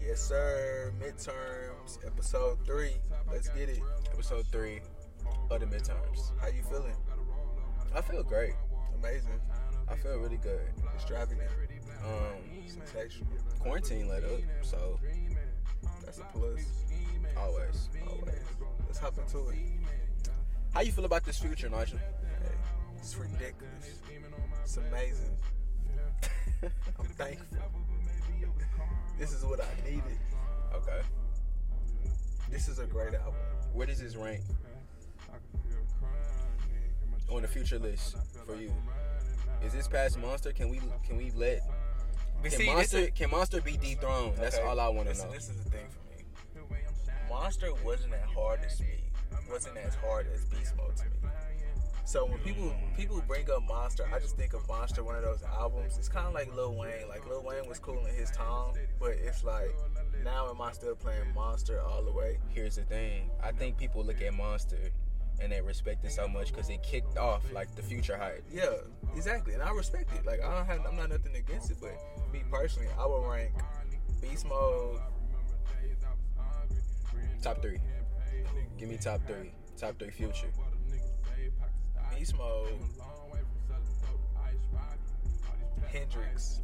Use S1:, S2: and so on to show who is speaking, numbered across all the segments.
S1: Yes, sir. Midterms, episode three. Let's get it.
S2: Episode three of the midterms.
S1: How you feeling?
S2: I feel great.
S1: Amazing.
S2: I feel really good.
S1: Extravagant.
S2: Um,
S1: Sensational.
S2: quarantine let up, so
S1: That's a plus.
S2: always.
S1: Always. Let's hop into it.
S2: How you feel about this future, Nigel?
S1: Hey, it's ridiculous. It's amazing. I'm thankful. This is what I needed.
S2: Okay.
S1: This is a great album.
S2: Where does this rank on the future list for you? Is this past Monster? Can we can we let can Monster can Monster be dethroned? That's
S1: Okay,
S2: all I want to
S1: this-
S2: know.
S1: This is the thing for me. Monster wasn't as hard as me. Wasn't as hard as Beast Mode to me. So when people people bring up Monster, I just think of Monster, one of those albums. It's kind of like Lil Wayne. Like Lil Wayne was cool in his time, but it's like now am I still playing Monster all the way?
S2: Here's the thing. I think people look at Monster and they respect it so much because it kicked off like the future hype.
S1: Yeah, exactly. And I respect it. Like I don't have, I'm not nothing against it, but me personally, I would rank Beast Mode.
S2: Top three. Give me top three. Top three future.
S1: Beast Mode. Hendrix.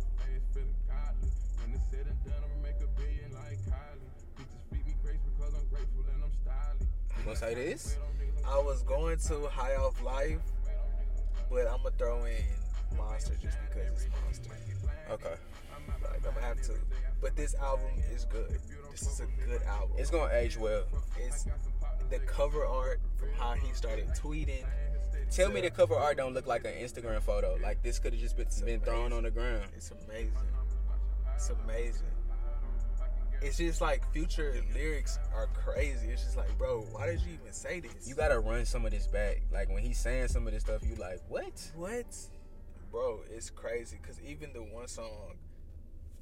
S2: You gonna say this?
S1: I was going to High Off Life, but I'm gonna throw in Monster just because it's Monster.
S2: Okay.
S1: Like I'm gonna have to. But this album is good. This is a good album.
S2: It's gonna age well.
S1: It's the cover art from how he started tweeting.
S2: Tell me the cover art don't look like an Instagram photo. Like this could have just been, been thrown on the ground.
S1: It's amazing. It's amazing. It's just like future lyrics are crazy. It's just like, bro, why did you even say this?
S2: You gotta run some of this back. Like when he's saying some of this stuff, you like, what?
S1: What? Bro, it's crazy because even the one song,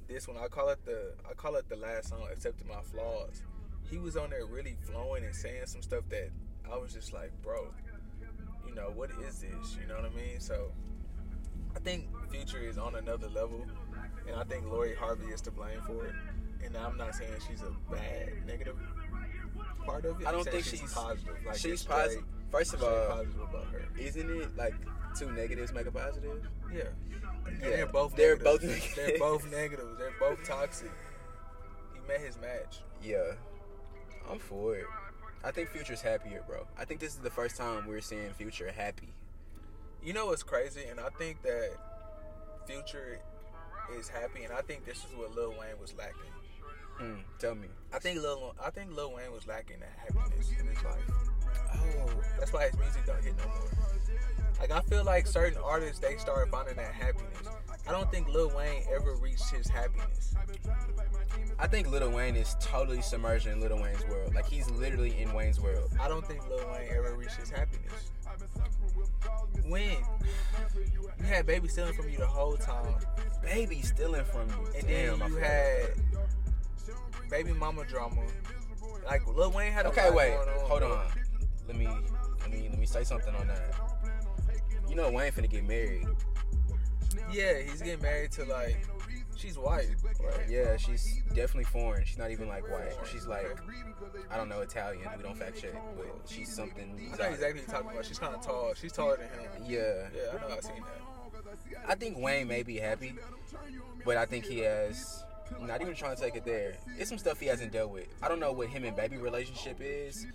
S1: this one I call it the I call it the last song, accepting my flaws. He was on there really flowing and saying some stuff that I was just like, bro, you know what is this? You know what I mean? So I think Future is on another level, and I think Lori Harvey is to blame for it. And I'm not saying she's a bad negative part of it.
S2: I
S1: I'm
S2: don't
S1: saying
S2: think she's-
S1: positive. Like
S2: she's
S1: it's straight-
S2: positive. First of
S1: straight
S2: all,
S1: positive about her.
S2: isn't it like two negatives make a positive?
S1: Yeah. And
S2: Yeah,
S1: They're both
S2: they're
S1: negatives.
S2: both negatives.
S1: They're both negatives. They're both toxic. He met his match.
S2: Yeah, I'm for it. I think Future's happier, bro. I think this is the first time we're seeing Future happy.
S1: You know what's crazy? And I think that Future is happy and I think this is what Lil Wayne was lacking.
S2: Hmm, tell me.
S1: I think Lil I think Lil Wayne was lacking that happiness in his life.
S2: Oh,
S1: That's why his music don't hit no more. Like I feel like certain artists they start finding that happiness. I don't think Lil Wayne ever reached his happiness.
S2: I think Lil Wayne is totally submerged in Lil Wayne's world. Like he's literally in Wayne's world.
S1: I don't think Lil Wayne ever reached his happiness. When you had baby stealing from you the whole time,
S2: Baby stealing from you.
S1: and
S2: Damn, I
S1: then you
S2: feel
S1: had baby mama drama. Like Lil Wayne had a
S2: Okay,
S1: lot
S2: wait,
S1: going on.
S2: hold on. Let me, let me, let me say something on that. You know, Wayne finna get married.
S1: Yeah, he's getting married to like she's white. Right?
S2: Yeah, she's definitely foreign. She's not even like white. She's like, I don't know, Italian. We don't fact check, but she's something.
S1: I know
S2: exotic.
S1: exactly what you're talking about. She's kind of tall. She's taller than him.
S2: Yeah,
S1: Yeah, I know. I've seen that.
S2: I think Wayne may be happy, but I think he has. Not even trying to take it there. It's some stuff he hasn't dealt with. I don't know what him and baby relationship is.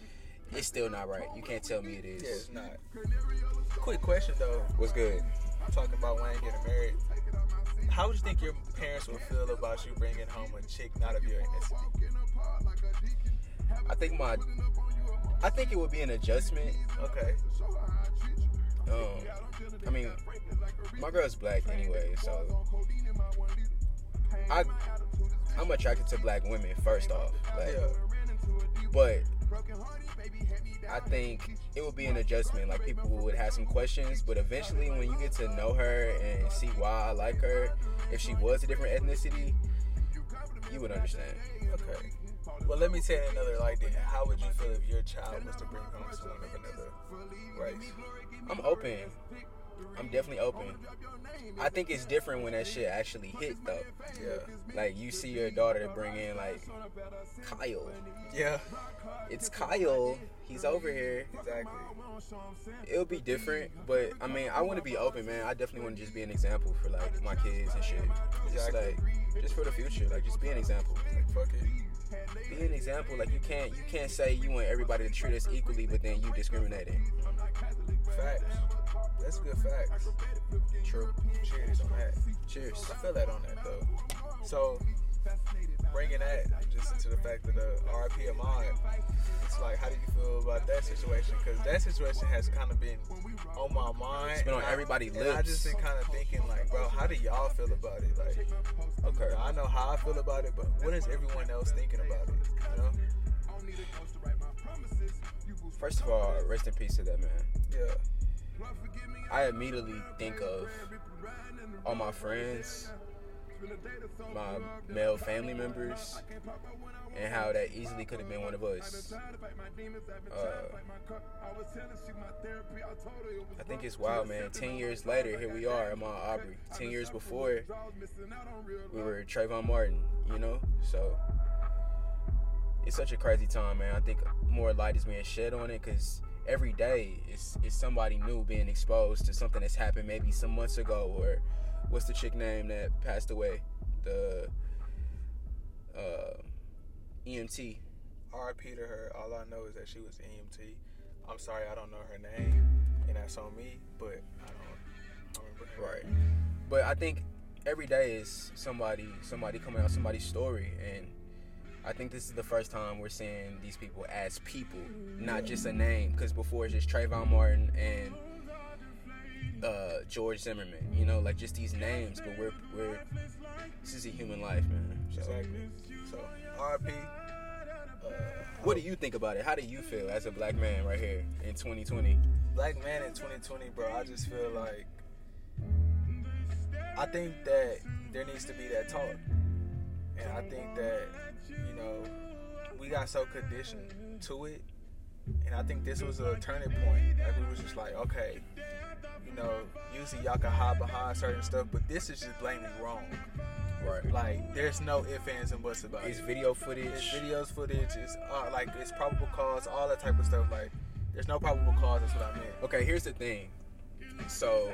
S2: It's still not right. You can't tell me it
S1: Yeah, it's
S2: is.
S1: not. Quick question though.
S2: What's good?
S1: talking about Wayne getting married. How would you think your parents would feel about you bringing home a chick not of your ethnicity?
S2: I think my, I think it would be an adjustment
S1: Okay,
S2: Um, I mean, my girl's black anyway, so I I'm attracted to black women first off, like,
S1: yeah.
S2: but I think it would be an adjustment. Like people would have some questions, but eventually, when you get to know her and see why I like her, if she was a different ethnicity, you would understand.
S1: Okay. Well, let me tell you another light then. How would you feel if your child was to bring home someone of another race?
S2: I'm open. I'm definitely open. I think it's different when that shit actually hit though.
S1: Yeah.
S2: Like you see your daughter bring in like Kyle.
S1: Yeah.
S2: It's Kyle. He's over here.
S1: Exactly.
S2: It'll be different, but I mean, I want to be open, man. I definitely want to just be an example for like my kids and shit. Just
S1: Exactly.
S2: like just for the future, like just be an example.
S1: Like, fuck it.
S2: Be an example. Like you can't you can't say you want everybody to treat us equally, but then you discriminating.
S1: Facts. That's good facts.
S2: True.
S1: Cheers on that.
S2: Cheers.
S1: I feel that on that though. So bringing that just into the fact that the RIP Ahmad, it's like, how do you feel about that situation? Because that situation has kind of been on my mind.
S2: It's been on
S1: and I-
S2: everybody's
S1: And I just
S2: lips.
S1: been kind of thinking, like, bro, how do y'all feel about it? Like,
S2: Okay.
S1: I know how I feel about it, but what is everyone else thinking about it? You know?
S2: First of all, rest in peace to that man.
S1: Yeah.
S2: I immediately think of all my friends, my male family members, and how that easily could have been one of us. Uh, I think it's wild, man. Ten years later, here we are, I'm on Aubrey. Ten years before, we were Trayvon Martin, you know? So it's such a crazy time, man. I think more light is being shed on it because every day it's, it's somebody new being exposed to something that's happened maybe some months ago or what's the chick name that passed away? The uh, EMT.
S1: RIP to her. All I know is that she was EMT. I'm sorry, I don't know her name, and that's on me. But I don't, I don't remember. Her.
S2: Right. But I think every day is somebody somebody coming out somebody's story and I think this is the first time we're seeing these people as people, not just a name. Because before it's just Trayvon Martin and uh, George Zimmerman, you know, like just these names. But we're we're this is a human life, man. So,
S1: Exactly. So RIP. Uh,
S2: what do you think about it? How do you feel as a black man right here in 2020?
S1: black man in 2020, bro. I just feel like I think that there needs to be that talk, and I think that you know we got so conditioned to it, and I think this was a turning point. Like we was just like, okay, you know, usually y'all can hide behind certain stuff, but this is just blatantly wrong.
S2: Right.
S1: Like there's no ifs ands and buts about it.
S2: It's video
S1: It's
S2: footage.
S1: videos, footage, it's uh, like it's probable cause, all that type of stuff. Like, there's no probable cause. That's what I meant.
S2: Okay, here's the thing. So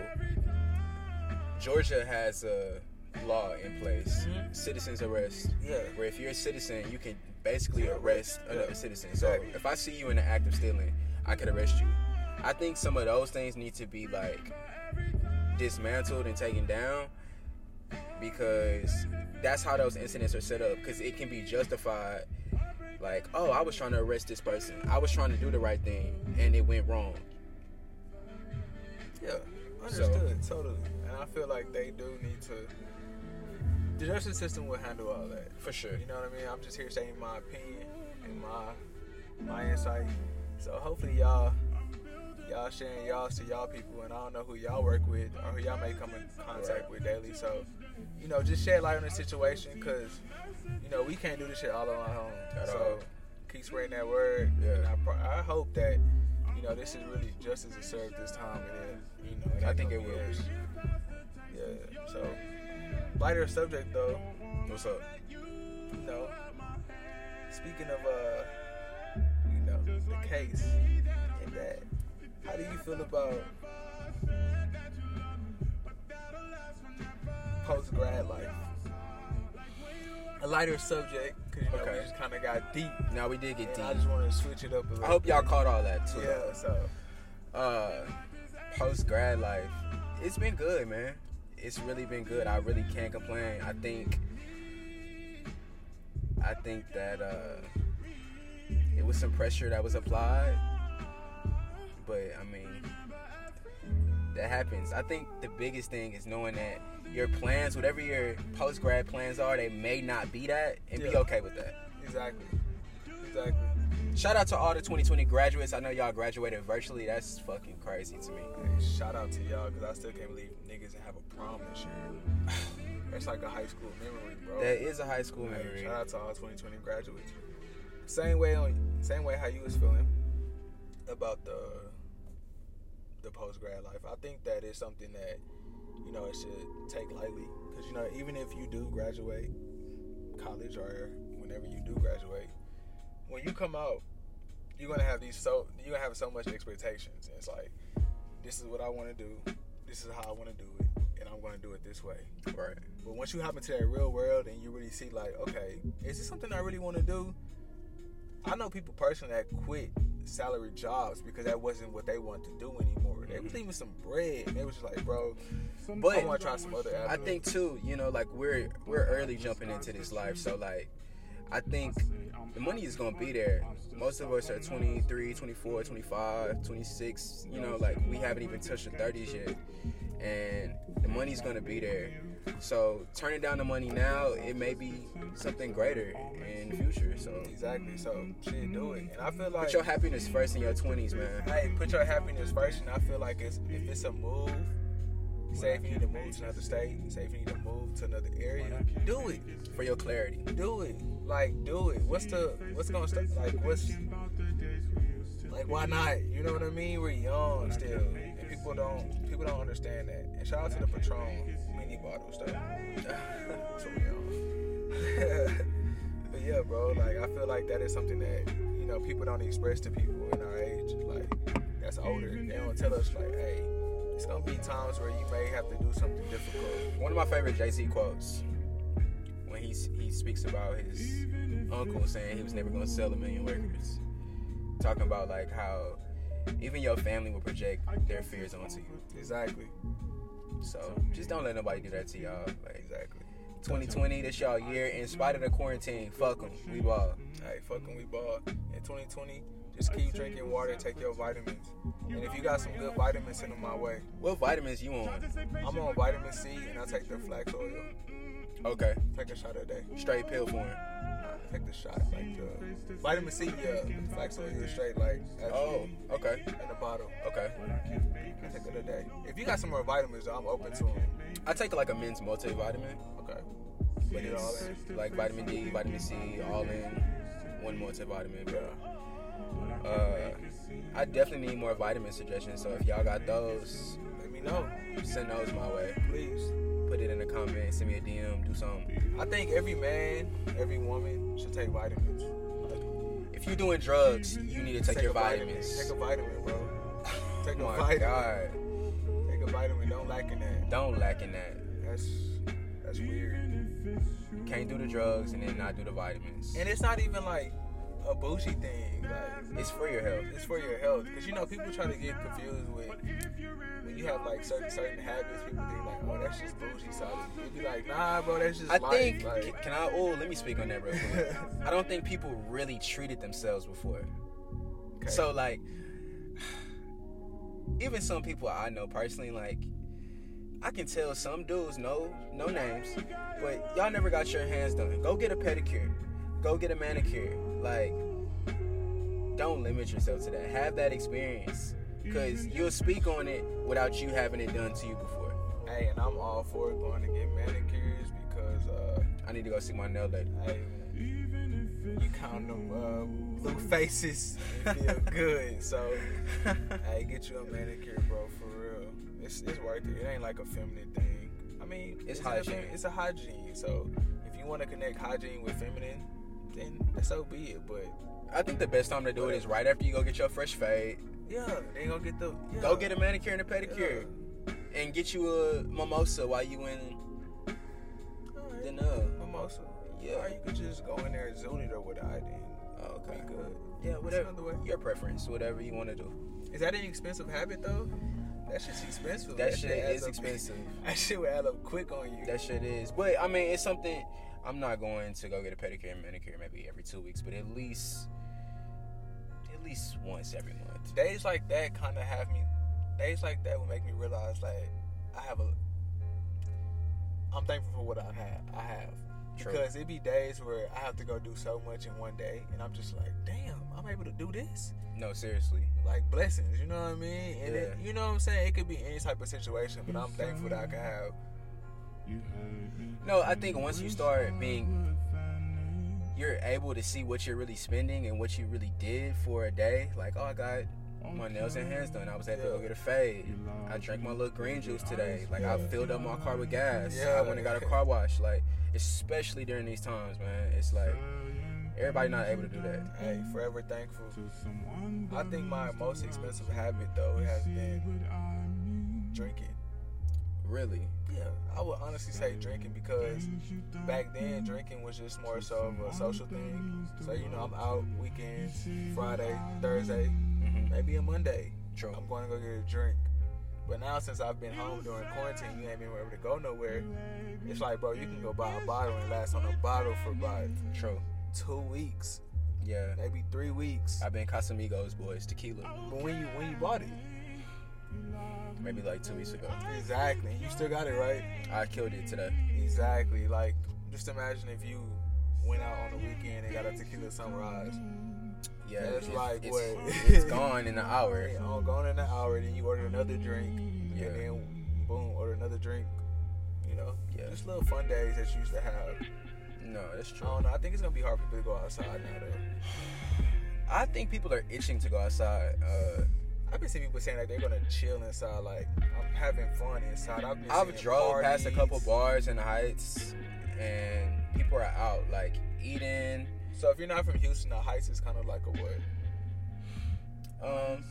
S2: Georgia has a law in place,
S1: Mhm.
S2: citizens arrest,
S1: Yeah,
S2: where if you're a citizen, you can basically arrest another citizen. So
S1: Exactly.
S2: if I see you in the act of stealing, I could arrest you. I think some of those things need to be like dismantled and taken down because that's how those incidents are set up because it can be justified like oh i was trying to arrest this person i was trying to do the right thing and it went wrong
S1: yeah, understood totally. And I feel like they do need to. The justice system will handle all that.
S2: For sure.
S1: You know what I mean? I'm just here saying my opinion and my my insight. So hopefully y'all y'all sharing y'all to y'all people, and I don't know who y'all work with or who y'all may come in contact
S2: Right.
S1: with daily. So you know, just shed light on the situation because you know we can't do this shit all on our own.
S2: At
S1: so
S2: all.
S1: keep spreading that word.
S2: Yeah.
S1: And I, pro- I hope that you know this is really justice is served this time. And it, you know, it
S2: I
S1: ain't
S2: think
S1: gonna
S2: it
S1: be
S2: will.
S1: as- Yeah. So lighter subject though.
S2: What's up?
S1: You know, speaking of uh, you know, the case and that, how do you feel about post grad life? A lighter subject, cause you know, we
S2: Okay.
S1: just kind of got deep.
S2: Now we did
S1: And
S2: get deep.
S1: I just want to switch it up a little.
S2: I hope y'all
S1: bit.
S2: caught all that too.
S1: Yeah. So
S2: Uh, post grad life, it's been good, man. It's really been good. I really can't complain. I think, I think that uh, it was some pressure that was applied, but I mean, that happens. I think the biggest thing is knowing that your plans, whatever your post grad plans are, they may not be that, and be
S1: Yeah.
S2: okay with that.
S1: exactly, exactly.
S2: Shout out to all the 2020 graduates. I know y'all graduated virtually. That's fucking crazy to me.
S1: Hey, shout out to y'all because I still can't believe niggas didn't have a prom this year. That's like a high school memory, bro.
S2: That is a high school
S1: Hey,
S2: memory.
S1: Shout out to all 2020 graduates. Same way on, same way how you was feeling about the the post grad life. I think that is something that you know it should take lightly because you know even if you do graduate college or whenever you do graduate, when you come out, you're gonna have these so you're gonna have so much expectations. And it's like this is what I want to do, this is how I want to do it, and I'm gonna do it this way.
S2: Right.
S1: But once you hop into that real world and you really see like, okay, is this something I really want to do? I know people personally that quit salary jobs because that wasn't what they wanted to do anymore. They
S2: Mm-hmm.
S1: was leaving some bread and they was just like, bro,
S2: But-
S1: I want to try some other
S2: I
S1: avenue.
S2: think too, you know, like we're we're early jumping into this life, so like I think the money is going to be there. Most of us are 23, 24, 25, 26, you know, like we haven't even touched the 30s yet. And the money's going to be there. So turning down the money now, it may be something greater in the future. So
S1: exactly. So shit, do it. And I feel like
S2: put your happiness first in your 20s, man.
S1: hey, put your happiness first. And I feel like it's, if it's a move, say if you need to move to another state, say if you need to move to another area, do it.
S2: For your clarity.
S1: Do it. Like, do it. What's the, what's gonna stop? Like, what's, like, why not? You know what I mean? We're young still. And people don't, people don't understand that. And shout out to the Patron mini bottle stuff. so young. but yeah, bro, like, I feel like that is something that, you know, people don't express to people in our age. Like, that's older. They don't tell us, like, hey, it's gonna be times where you may have to do something difficult.
S2: One of my favorite Jay Z quotes when he he speaks about his uncle saying he was never gonna sell a million records, talking about like how even your family will project their fears onto you.
S1: Exactly.
S2: So just don't let nobody do that to y'all. Like
S1: Exactly.
S2: 2020, this y'all year. In spite of the quarantine, fuck them. We ball.
S1: Hey, fucking we ball. In 2020, just keep drinking water, take your vitamins. And if you got some good vitamins, send them my way.
S2: What vitamins you on?
S1: I'm on vitamin C and I take the flax oil.
S2: Okay,
S1: Take a shot a day.
S2: straight pill form.
S1: I take the shot, like the vitamin C, yeah. The flax oil is straight, like,
S2: Oh,
S1: actually
S2: okay,
S1: in the bottle.
S2: okay.
S1: I take it a day. If you got some more vitamins, though, I'm open to them.
S2: I take like a men's multivitamin,
S1: Okay.
S2: but
S1: Get it all
S2: it's
S1: in.
S2: like vitamin D, vitamin C, all in one multivitamin, bro. Uh, I definitely need more vitamin suggestions. So if y'all got those,
S1: Let me know,
S2: send those my way.
S1: please.
S2: Put it in the comment. Send me a DM. Do something.
S1: I think every man, every woman should take vitamins. Like,
S2: If you're doing drugs, you need to take, your
S1: a vitamin.
S2: vitamins.
S1: Take a vitamin, bro. Take a
S2: oh my
S1: vitamin.
S2: god,
S1: Take a vitamin. Don't lack in that.
S2: don't lack in that.
S1: That's that's weird.
S2: Can't do the drugs and then not do the vitamins.
S1: And it's not even like a bougie thing. Like
S2: It's for your health.
S1: it's for your health, because you know people try to get confused with when you have like certain certain habits. People think like, oh, that's just bougie. So you be like, nah, bro, that's just
S2: I
S1: life.
S2: think.
S1: like,
S2: Can I? Oh, let me speak on that real quick. I don't think people really treated themselves before.
S1: okay.
S2: So like, even some people I know personally, like, I can tell some dudes no no names, but y'all never got your hands done. Go get a pedicure, go get a manicure. Like, don't limit yourself to that. Have that experience, cause you'll speak on it without you having it done to you before.
S1: hey, and I'm all for going to get manicures because. uh
S2: I need to go see my nail lady.
S1: Hey, man. You count them uh, blue faces, you feel good. So, hey, get you a manicure, bro, for real. It's, it's worth it. It ain't like a feminine thing. I mean,
S2: It's
S1: a fem-
S2: hygiene.
S1: It's a hygiene. So, if you want to connect hygiene with feminine, then so be it. But
S2: I think the best time to do it is right after you go get your fresh fade.
S1: yeah, they gonna get the yeah,
S2: Go get a manicure and a pedicure, and get you a mimosa while you in
S1: Alright,
S2: the nub.
S1: mimosa.
S2: Yeah.
S1: or you could just go in there and zone it or what I did.
S2: Oh, okay.
S1: Be good.
S2: Yeah, whatever.
S1: Another way.
S2: Your preference, whatever you want to do.
S1: Is that an expensive habit though? That shit's expensive.
S2: That shit
S1: adds
S2: is
S1: up-
S2: expensive.
S1: That shit will add up quick on you.
S2: That shit is. But I mean, it's something. I'm not going to go get a pedicure and manicure maybe every two weeks, but at least, at least once every month.
S1: days like that kind of have me. Days like that will make me realize like I have a. I'm thankful for what I've had. I have
S2: True.
S1: because it be days where I have to go do so much in one day, and I'm just like, damn, I'm able to do this.
S2: No, seriously.
S1: Like blessings, you know what I mean? And it,
S2: Yeah.
S1: you know what I'm saying? It could be any type of situation, but I'm thankful that I can have.
S2: No, I think once you start being, you're able to see what you're really spending and what you really did for a day. Like, oh, I got my nails and hands done. I was able to go get a fade. I drank my little green juice today. Like I filled up my car with gas.
S1: Yeah.
S2: I went and got a car wash. Like especially during these times, man. It's like everybody not able to do that.
S1: Hey, forever thankful. I think my most expensive habit though has been drinking.
S2: Really.
S1: Yeah, I would honestly say drinking because back then drinking was just more so of a social thing. So you know, I'm out weekends, Friday, Thursday,
S2: Mm-hmm.
S1: maybe a Monday.
S2: True.
S1: I'm going to go get a drink. But now since I've been home during quarantine, you ain't been able to go nowhere. It's like, bro, you can go buy a bottle and last on a bottle for about
S2: True.
S1: two weeks,
S2: Yeah.
S1: maybe three weeks.
S2: I've been Casamigos boys tequila
S1: But when you when you bought it,
S2: maybe like two weeks ago.
S1: exactly, you still got it right.
S2: I killed it today.
S1: Exactly. Like, just imagine if you went out on the weekend and got a tequila sunrise.
S2: Yeah,
S1: That's
S2: it's,
S1: right,
S2: it's,
S1: boy.
S2: it's gone in an hour.
S1: And all gone in an hour, then you order another drink,
S2: Yeah.
S1: and then boom, order another drink. You know,
S2: Yeah.
S1: just little fun days that you used to have.
S2: No, that's
S1: I
S2: true.
S1: don't know. I think it's gonna be hard for people to go outside now. Though.
S2: I think people are itching to go outside. Uh,
S1: I've been seeing people saying like they're gonna chill inside. Like I'm having fun inside. I've been.
S2: I've
S1: seeing
S2: drove past a couple
S1: parties.
S2: bars in the Heights, and people are out like eating.
S1: So if you're not from Houston, the Heights is kind of like a what?
S2: Um,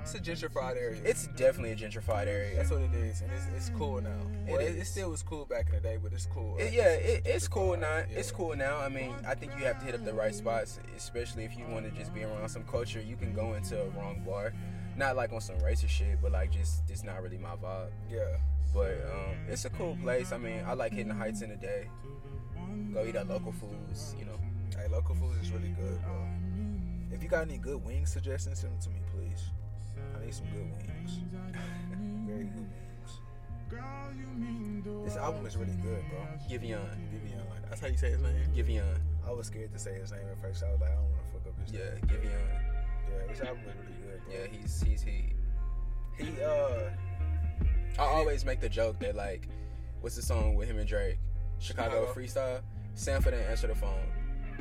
S1: It's a gentrified area.
S2: it's definitely a gentrified area.
S1: That's what it is, and it's, it's cool now.
S2: It
S1: Well, it, it
S2: is.
S1: still was cool back in the day, but it's cool.
S2: It-
S1: right?
S2: yeah, it, it's cool now.
S1: gentrified,
S2: It's
S1: yeah.
S2: cool now. I mean, I think you have to hit up the right spots, especially if you want to just be around some culture. You can go into a wrong bar, not like on some racist shit, but like just it's not really my vibe.
S1: Yeah.
S2: But um, it's a cool place. I mean, I like hitting the heights in the day. Go eat at local foods, you know.
S1: Hey, local food is really good, bro. If you got any good wing suggestions, send them to me, please. I need some good wings. Very good wings. This album is really good, bro.
S2: Giveon,
S1: Vivian. That's how you say his name?
S2: Giveon,
S1: I was scared to say his name at first. I was like, I don't want to fuck up his
S2: yeah,
S1: name.
S2: Giveon,
S1: Yeah, this album is really good, bro.
S2: yeah. He's he's he.
S1: He, uh,
S2: I always make the joke that like, what's the song with him and Drake? Chicago,
S1: Chicago.
S2: Freestyle. Sanford didn't answer the phone.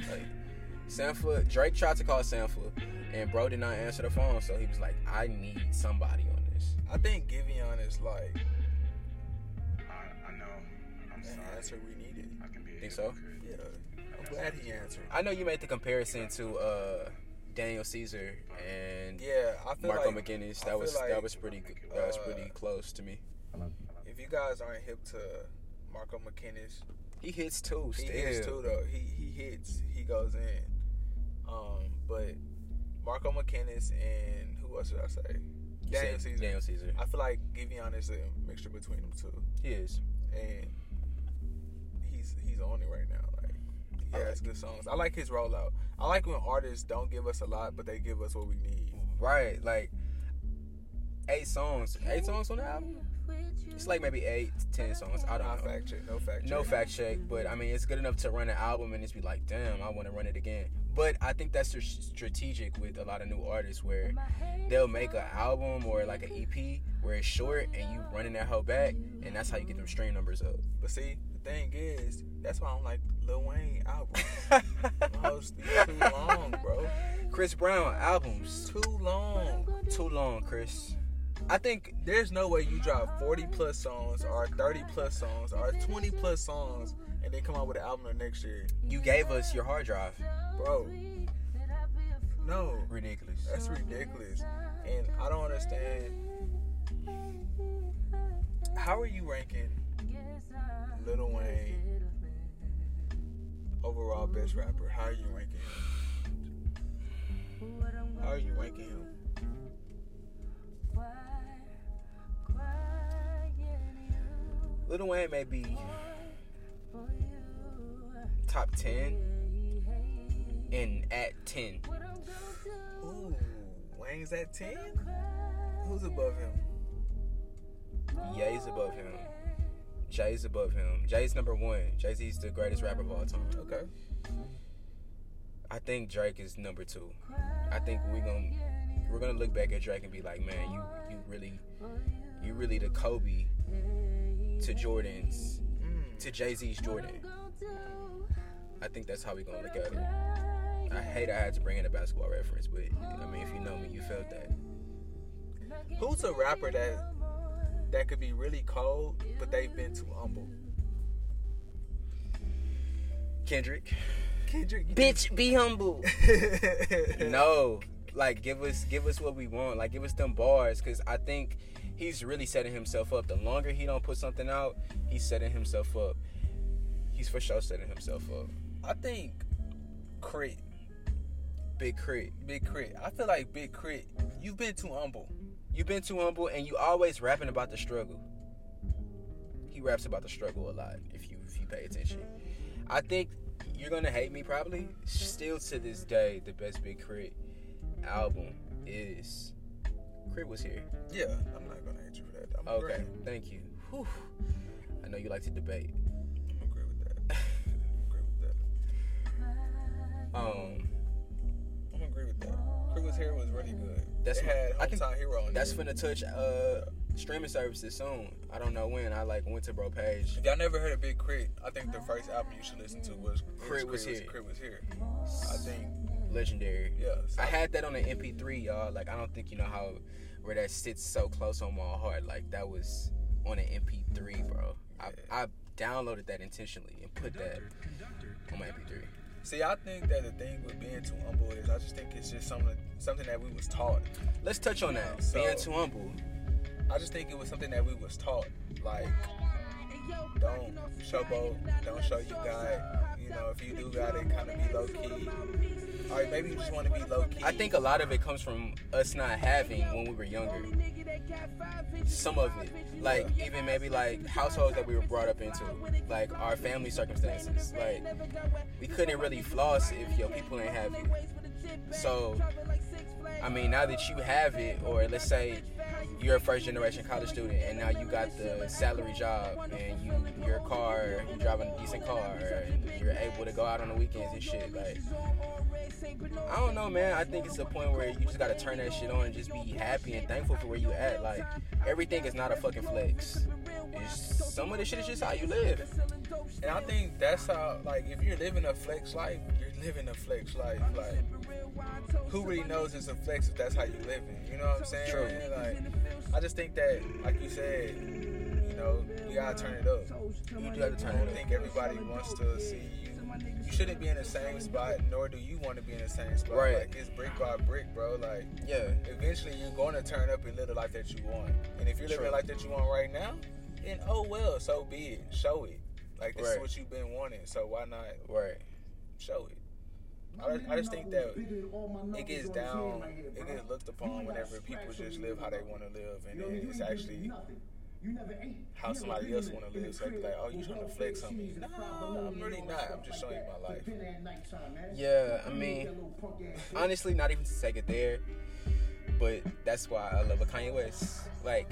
S2: Like, Sanford, Drake tried to call Sanford, and bro did not answer the phone. So he was like, I need somebody on this.
S1: I think Giveon is like
S3: I, I know. I'm
S1: an
S3: sorry.
S1: answer we needed.
S3: I can be a
S2: Think so?
S3: hypocrite.
S1: Yeah. I'm glad he answered.
S2: I know you made the comparison to uh, Daniel Caesar and
S1: Yeah, I feel
S2: Marco
S1: like
S2: McGinnis.
S1: I
S2: That
S1: feel
S2: was
S1: like,
S2: that was pretty g- that was pretty
S1: uh,
S2: close to me.
S1: If you guys aren't hip to Marco McKinnis,
S2: He hits too.
S1: he
S2: Still.
S1: hits too though. He he hits, he goes in. Um, but Marco McKinnis and who else did I say?
S2: You
S1: Daniel
S2: said
S1: Caesar.
S2: Daniel Caesar.
S1: I feel like Giveon is a mixture between them two,
S2: He is.
S1: and he's he's on it right now. Like he
S2: I
S1: has good songs. I like his rollout. I like when artists don't give us a lot, but they give us what we need.
S2: Right, like eight songs. Eight songs on the album? It's like maybe eight, ten songs.
S1: Not
S2: I don't know.
S1: fact check, no fact check.
S2: No fact check, but I mean, it's good enough to run an album and just be like, damn, I want to run it again. But I think that's str- strategic with a lot of new artists where they'll make an album or like an EP where it's short and you running that hoe back, and that's how you get them stream numbers
S1: But see, the thing is, that's why I'm like Lil Wayne album.
S2: up.
S1: Most these too long, bro.
S2: Chris Brown albums.
S1: Too long.
S2: Too long, Chris. I think
S1: There's no way you drop 40 plus songs or 30 plus songs or 20 plus songs and then come out with an album the next year.
S2: you gave us your hard drive.
S1: Bro. No.
S2: Ridiculous.
S1: That's ridiculous. And I don't understand. How are you ranking Lil Wayne overall best rapper? How are you ranking him? How are you ranking him?
S2: Lil Wayne may be top ten and at ten.
S1: Ooh, Wayne's at 10? Who's above him?
S2: Ye's above him. Jay's above him. Jay's number one. Jay Z's the greatest rapper of all time.
S1: Okay.
S2: I think Drake is number two. I think we're gonna we're gonna look back at Drake and be like, man, you you really you really the Kobe to Jordan's
S1: Mm.
S2: to Jay Z's Jordan. I think that's how we're gonna look at it. I hate I had to bring in a basketball reference, but I mean, if you know me, you felt that.
S1: Who's a rapper that that could be really cold, but they've been too humble?
S2: Kendrick.
S1: Kendrick. you-
S4: Bitch, be humble.
S2: no like give us give us what we want like give us them bars because i think he's really setting himself up the longer he don't put something out he's setting himself up he's for sure setting himself up
S1: I think Crit,
S2: big crit
S1: Big Crit. I feel like Big Crit. You've been too humble.
S2: you've been too humble and you always rapping about the struggle he raps about the struggle a lot if you if you pay attention i think you're gonna hate me probably still to this day the best big crit album is crit was here
S1: Yeah, I'm not gonna hate you for that. I'm
S2: Okay,
S1: Agree.
S2: thank you. Whew. I know you like to debate.
S1: I'm agree with that. I'm agree with that.
S2: Um,
S1: I'm agree with that. Crit was here was really good.
S2: That's
S1: it
S2: my-
S1: had
S2: I can-
S1: hometown hero on
S2: that's
S1: it.
S2: finna touch uh streaming services soon. I don't know when. I like went to bro page.
S1: If y'all never heard of Big Crit, I think the first album you should listen to was
S2: Crit Was Here.
S1: Crit was here. I think
S2: Legendary.
S1: yeah. so-
S2: I had that on an MP3, y'all. Like I don't think you know how where that sits so close on my heart. Like that was on an MP3, bro. I, I downloaded that intentionally and put that on my MP3.
S1: See, I think that the thing with being too humble is I just think it's just something something that we was taught.
S2: Let's touch on that.
S1: So-
S2: Being too humble.
S1: I just think it was something that we was taught. Like, don't showboat, don't show you got it. You know, if you do got it, kind of be low key. All right, maybe you just want to be low key.
S2: I think a lot of it comes from us not having when we were younger. Some of it, like even maybe like households that we were brought up into, like our family circumstances. Like we couldn't really floss if your people ain't have it. So, I mean, now that you have it, or let's say you're a first generation college student and now you got the salary job and you your car, you driving a decent car, and you're able to go out on the weekends and shit. Like I don't know, man. I think it's a point where you just gotta turn that shit on and just be happy and thankful for where you at. Like everything is not a fucking flex. It's, some of this shit is just how you live.
S1: and I think that's how. Like, if you're living a flex life, you're living a flex life. Like, who really knows it's a flex if that's how you living? You know what I'm saying?
S2: True.
S1: And, Like, I just think that, like you said, you know, you gotta turn it up.
S2: You do have to
S1: I
S2: turn
S1: don't
S2: it
S1: think everybody wants to see you. You shouldn't be in the same spot, nor do you want to be in the same spot.
S2: Right.
S1: Like it's brick by brick, bro. Like
S2: up. Yeah,
S1: eventually you're going to turn up and live the life that you want. And if you're living
S2: True.
S1: the life that you want right now, then oh well, so be it. Show it. Like this
S2: Right.
S1: is what you've been wanting, so why not
S2: right.
S1: show it? I just, I just think that it gets down, it gets looked upon whenever people just live how they want to live, and then it's actually how somebody else want to live. So they be like, oh, you trying to flex on me? No, I'm really not. I'm just showing you my life.
S2: Yeah, I mean, honestly, not even to take it there, but that's why I love a Kanye West. Like,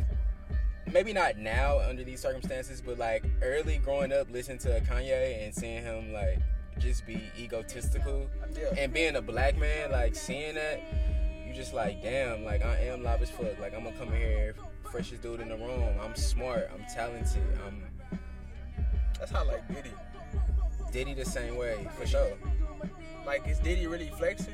S2: maybe not now under these circumstances, but like early growing up, listening to Kanye and seeing him like just be egotistical
S1: Yeah.
S2: and being a black man, like seeing that, you just like, damn, like I am live as fuck. Like I'm gonna come in here, freshest dude in the room. I'm smart. I'm talented. I'm
S1: That's how like Diddy.
S2: Diddy the same way for sure.
S1: Like, is Diddy really flexing?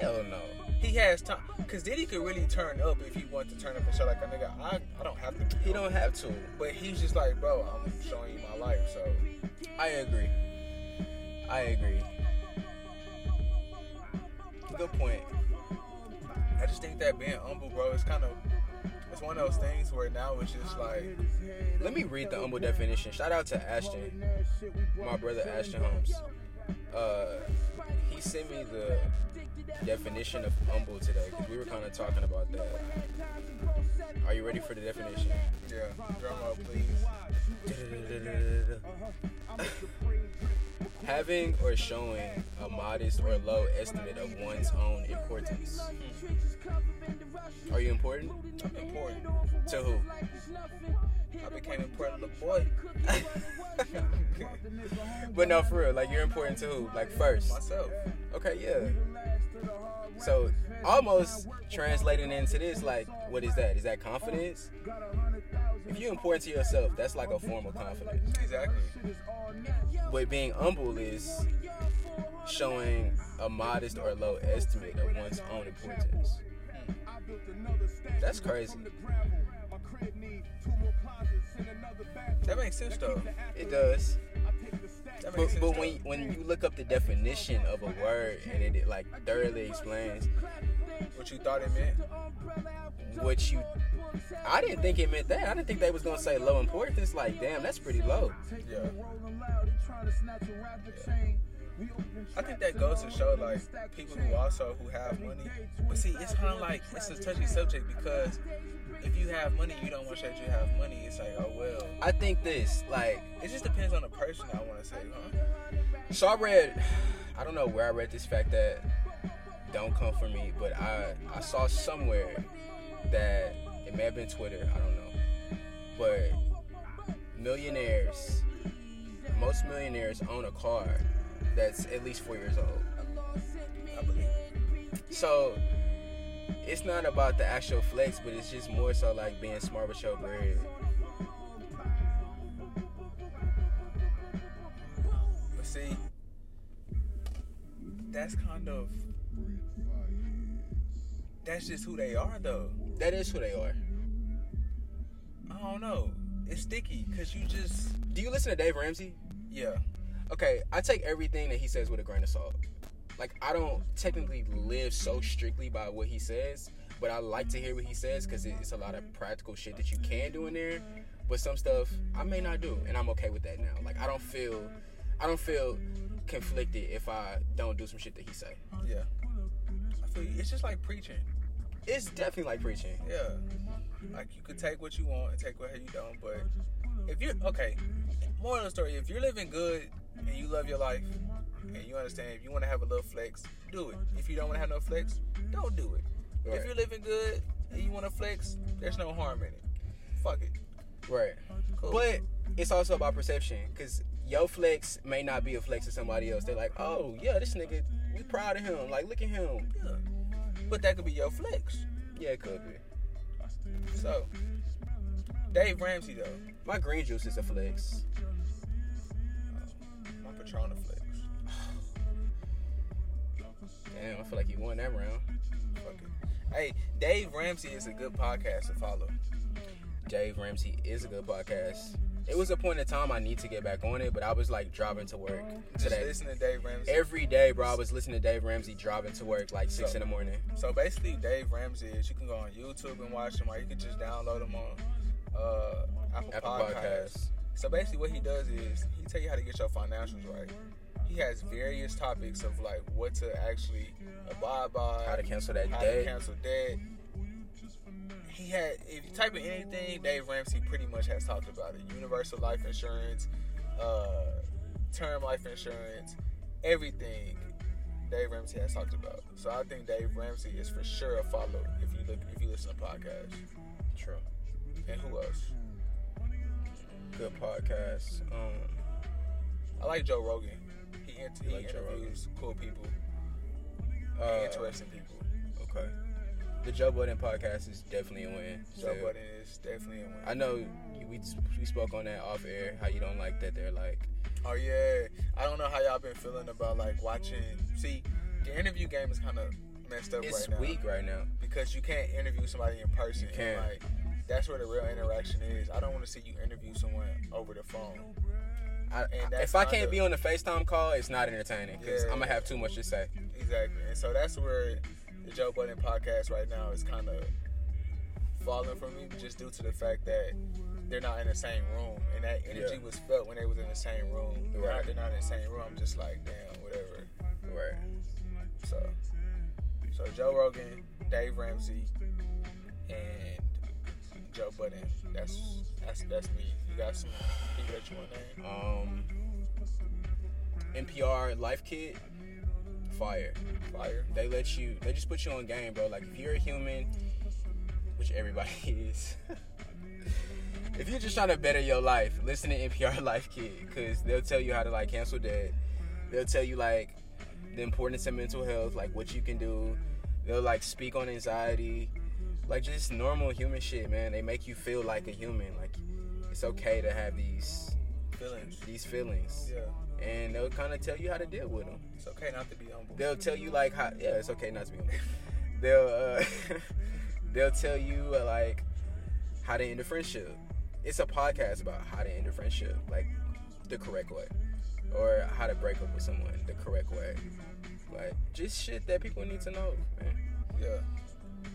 S2: Hell no.
S1: He has time, cause Diddy could really turn up if he wanted to turn up and show like a nigga. I, I don't have to.
S2: He don't have to.
S1: But he's just like, bro, I'm showing you my life. So
S2: I agree. I agree. Good point.
S1: I just think that being humble, bro, is kind of it's one of those things where now it's just like
S2: Let me read the humble definition. Shout out to Ashton, my brother Ashton Holmes. Uh, he sent me the definition of humble today 'cause we were kind of talking about that. Are you ready for the definition?
S1: Yeah, drum roll, please.
S2: Having or showing a modest or low estimate of one's own importance. Are you important?
S1: I'm important.
S2: To who?
S1: I became important little boy.
S2: But no, for real, like you're important to who? Like first.
S1: Myself.
S2: Okay, yeah. So almost translating into this, like, what is that? Is that confidence? If you're important to yourself, that's like a form of confidence.
S1: Exactly.
S2: But being humble is showing a modest or low estimate of one's own importance. That's crazy.
S1: That makes sense though.
S2: It does.
S1: That makes
S2: But,
S1: sense.
S2: but
S1: though.
S2: when when you look up the definition of a word and it, it like thoroughly explains
S1: what you thought it meant?
S2: what you, I didn't think it meant that. I didn't think they was gonna say low importance. Like, damn, that's pretty low.
S1: Yeah. I think that goes to show like people who also who have money. But see, it's kind of like it's a touchy subject because if you have money, you don't want to say that you have money. It's like, oh well.
S2: I think this like
S1: It just depends on the person. I want to say, huh?
S2: So I read, I don't know where I read this fact that don't come for me, but I I saw somewhere that it may have been Twitter, I don't know, but millionaires, most millionaires own a car that's at least four years old.
S1: I believe.
S2: So it's not about the actual flex, but it's just more so like being smart with your bread.
S1: But see, that's kind of that's just who they are, though.
S2: That is who they are.
S1: I don't know. It's sticky because you just
S2: Do you listen to Dave Ramsey?
S1: yeah.
S2: okay, I take everything that he says with a grain of salt. Like I don't technically live so strictly by what he says, but I like to hear what he says because it's a lot of practical shit that you can do in there. But some stuff I may not do, and I'm okay with that now. Like I don't feel, I don't feel conflicted if I don't do some shit that he say.
S1: Yeah. I feel you. It's just like preaching.
S2: It's definitely like preaching.
S1: Yeah. Like you could take what you want and take what you don't, but if you're okay, moral of the story, if you're living good and you love your life and you understand if you want to have a little flex, do it. If you don't want to have no flex, don't do it.
S2: Right.
S1: If you're living good and you want to flex, there's no harm in it. Fuck it.
S2: Right.
S1: Cool.
S2: But it's also about perception because your flex may not be a flex to somebody else. They're like, oh yeah, this nigga, we proud of him. Like look at him.
S1: yeah. But that could be your flex.
S2: Yeah, it could be.
S1: So Dave Ramsey though.
S2: My green juice is a flex.
S1: My Patron flex.
S2: Damn, I feel like you won that round.
S1: Fuck it. Hey, Dave Ramsey is a good podcast to follow.
S2: Dave Ramsey is a good podcast. It was a point in time I need to get back on it, but I was like driving to work
S1: Just
S2: today.
S1: listen to Dave Ramsey.
S2: Every day, bro, I was listening to Dave Ramsey driving to work like six
S1: So-
S2: in the morning.
S1: So basically, Dave Ramsey is you can go on YouTube and watch him, or you can just download him on uh, Apple,
S2: Apple
S1: Podcasts.
S2: Podcasts.
S1: So basically, what he does is he tell you how to get your financials right. He has various topics of like what to actually abide by,
S2: How to cancel that
S1: how to
S2: day.
S1: cancel debt. He had if you type in anything, Dave Ramsey pretty much has talked about it. Universal life insurance, uh, term life insurance, everything. Dave Ramsey has talked about. So I think Dave Ramsey is for sure a follow if you look if you listen to podcasts.
S2: True.
S1: And who else?
S2: Good podcast. Um,
S1: I like Joe Rogan. He, int- he
S2: like Joe Rogan?
S1: interviews cool people,
S2: uh,
S1: interesting people.
S2: Okay. The Joe Budden podcast is definitely a win.
S1: Joe
S2: still.
S1: Budden is definitely a winner.
S2: I know you- we we spoke on that off air. How you don't like that they're like
S1: Oh yeah, I don't know how y'all been feeling about like watching. See, the interview game is kind of messed up
S2: it's
S1: right now
S2: weak right now.
S1: because you can't interview somebody in person.
S2: You can't.
S1: And, like that's where the real interaction is. I don't want to see you interview someone over the phone.
S2: I,
S1: And that's
S2: if I
S1: kinda-
S2: can't be on the FaceTime call, it's not entertaining because
S1: Yeah.
S2: I'm gonna have too much to say.
S1: Exactly, and so that's where the Joe Budden podcast right now is kind of falling from me, just due to the fact that they're not in the same room, and that energy
S2: Yeah.
S1: was felt when they was in the same room. Now
S2: Right.
S1: they're not in the same room. I'm just like, damn, whatever.
S2: Right.
S1: So, so Joe Rogan, Dave Ramsey, and Joe Budden. That's that's that's me. You got some people that you want to name?
S2: Um, NPR Life Kit, fire.
S1: Fire.
S2: They let you. They just put you on game, bro. Like if you're a human, which everybody is. If you're just trying to better your life, listen to NPR Life Kit because they'll tell you how to like cancel debt. They'll tell you like the importance of mental health, like what you can do. They'll like speak on anxiety, like just normal human shit, man. They make you feel like a human. Like it's okay to have these
S1: Feelings.
S2: these feelings
S1: Yeah.
S2: and they'll kind of tell you how to deal with them.
S1: It's okay not to be humble.
S2: They'll tell you like how yeah, it's okay not to be humble. They'll uh, they'll tell you uh, like how to end a friendship. It's a podcast about how to end a friendship, like the correct way, or how to break up with someone the correct way. Like just shit that people need to know, man.
S1: yeah,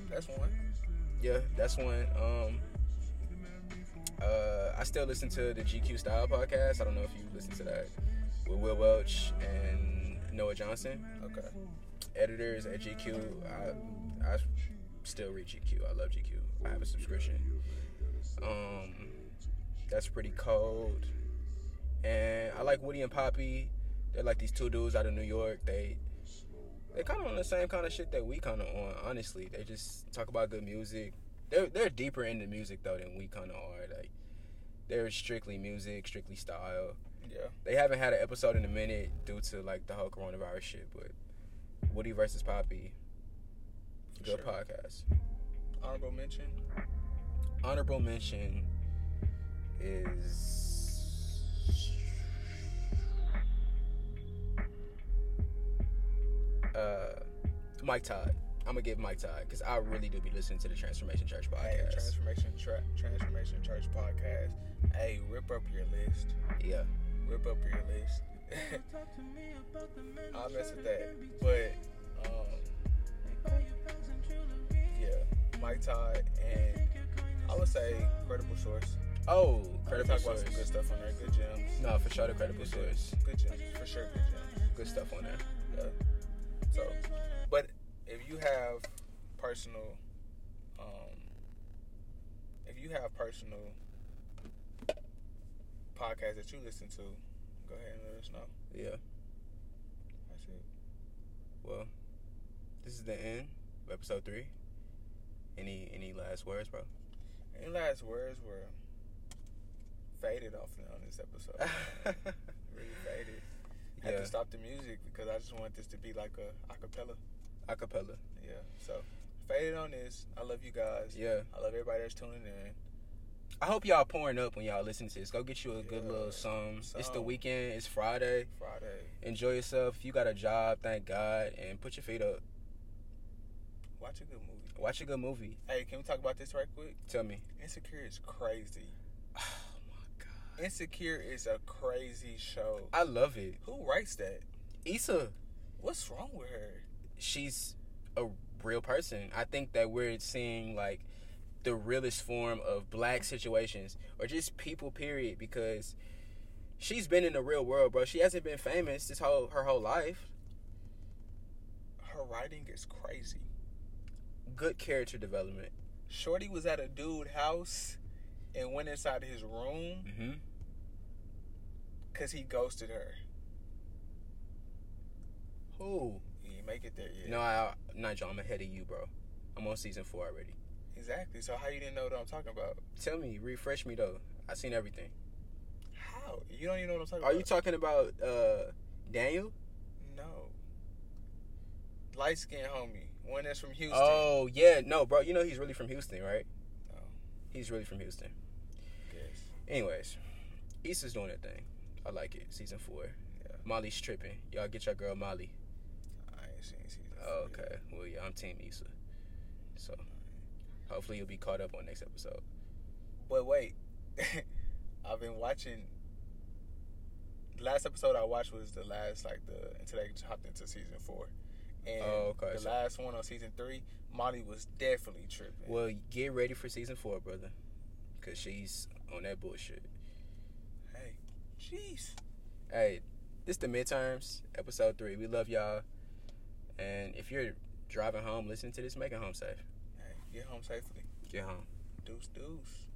S1: that's one.
S2: yeah, that's when um uh I still listen to the GQ Style podcast. I don't know if you listen to that with Will Welch and Noah Johnson,
S1: Okay.
S2: editors at GQ. I I still read GQ. I love GQ. I have a subscription. Um that's pretty cold. And I like Woody and Poppy. They're like these two dudes out of New York. They they kind of on the same kind of shit that we kind of on. Honestly, they just talk about good music. They're they're deeper into music though than we kind of are. Like they're strictly music, strictly style.
S1: Yeah.
S2: They haven't had an episode in a minute due to like the whole coronavirus shit. But Woody versus Poppy, good
S1: Sure.
S2: podcast.
S1: Honorable mention.
S2: Honorable mention is uh Mike Todd. I'm gonna give Mike Todd because I really do be listening to the Transformation Church
S1: Hey,
S2: podcast.
S1: Transformation Tra- Transformation Church podcast. Hey, rip up your list.
S2: Yeah,
S1: Rip up your list. I'll mess with that. But um, yeah, Mike Todd and I would say credible source.
S2: Oh,
S1: Credible
S2: credible
S1: talk about
S2: source.
S1: some good stuff on there. Good gems.
S2: No, for sure the credible
S1: Good
S2: source.
S1: gems. Good gems. For sure. Good gems.
S2: Good stuff on there.
S1: Yeah. So, but if you have personal, um, if you have personal podcasts that you listen to, go ahead and let us know.
S2: Yeah.
S1: That's it.
S2: Well, this is the end of episode three. Any any last words, bro?
S1: Any last words were faded off on this episode. really faded. I had
S2: Yeah.
S1: to stop the music because I just want this to be like a acapella.
S2: Acapella.
S1: Yeah. So faded on this. I love you guys.
S2: Yeah.
S1: I love everybody that's tuning in.
S2: I hope y'all pouring up when y'all listen to this. Go get you a good
S1: Yeah.
S2: little song. It's the
S1: Song.
S2: weekend. It's Friday.
S1: Friday.
S2: Enjoy yourself. If you got a job, thank God, and put your feet up.
S1: Watch a good movie.
S2: Watch a good movie.
S1: Hey, can we talk about this right quick?
S2: Tell me.
S1: Insecure is crazy.
S2: Oh my God.
S1: Insecure is a crazy show.
S2: I love it.
S1: Who writes that?
S2: Issa,
S1: What's wrong with her?
S2: she's a real person. I think that we're seeing like the realest form of black situations or just people period because she's been in the real world, bro. She hasn't been famous this whole her whole life.
S1: Her writing is crazy.
S2: Good character development.
S1: Shorty was at a dude house and went inside his room
S2: Mm-hmm.
S1: because he ghosted her.
S2: Who?
S1: You didn't make it there yet.
S2: No, I, Nigel, I'm ahead of you, bro. I'm on season four already.
S1: Exactly. So how you didn't know what I'm talking about?
S2: Tell me, refresh me though. I seen everything.
S1: How? You don't even know what I'm talking
S2: Are you
S1: about.
S2: talking about uh Daniel?
S1: no. Light skinned homie. One that's from Houston.
S2: Oh yeah, no, bro. You know he's really from Houston, right?
S1: No.
S2: He's really from Houston.
S1: Yes.
S2: Anyways, Issa's doing her thing. I like it. Season four.
S1: Yeah.
S2: Molly's tripping. Y'all get your girl Molly.
S1: I ain't seen season
S2: Oh,
S1: four yet.
S2: okay. Well, yeah, I'm Team Issa. So hopefully you'll be caught up on next episode.
S1: But wait, I've been watching. The last episode I watched was the last, like the until they hopped into season four, and
S2: Oh, okay.
S1: the
S2: So-
S1: last one on season three, Molly was definitely tripping.
S2: Well, get ready for season four, brother, because she's on that bullshit.
S1: Hey, jeez,
S2: Hey, this the midterms, episode three. We love y'all, and if you're driving home, listening to this, make it home safe.
S1: hey, get home safely.
S2: Get home.
S1: Deuce, deuce.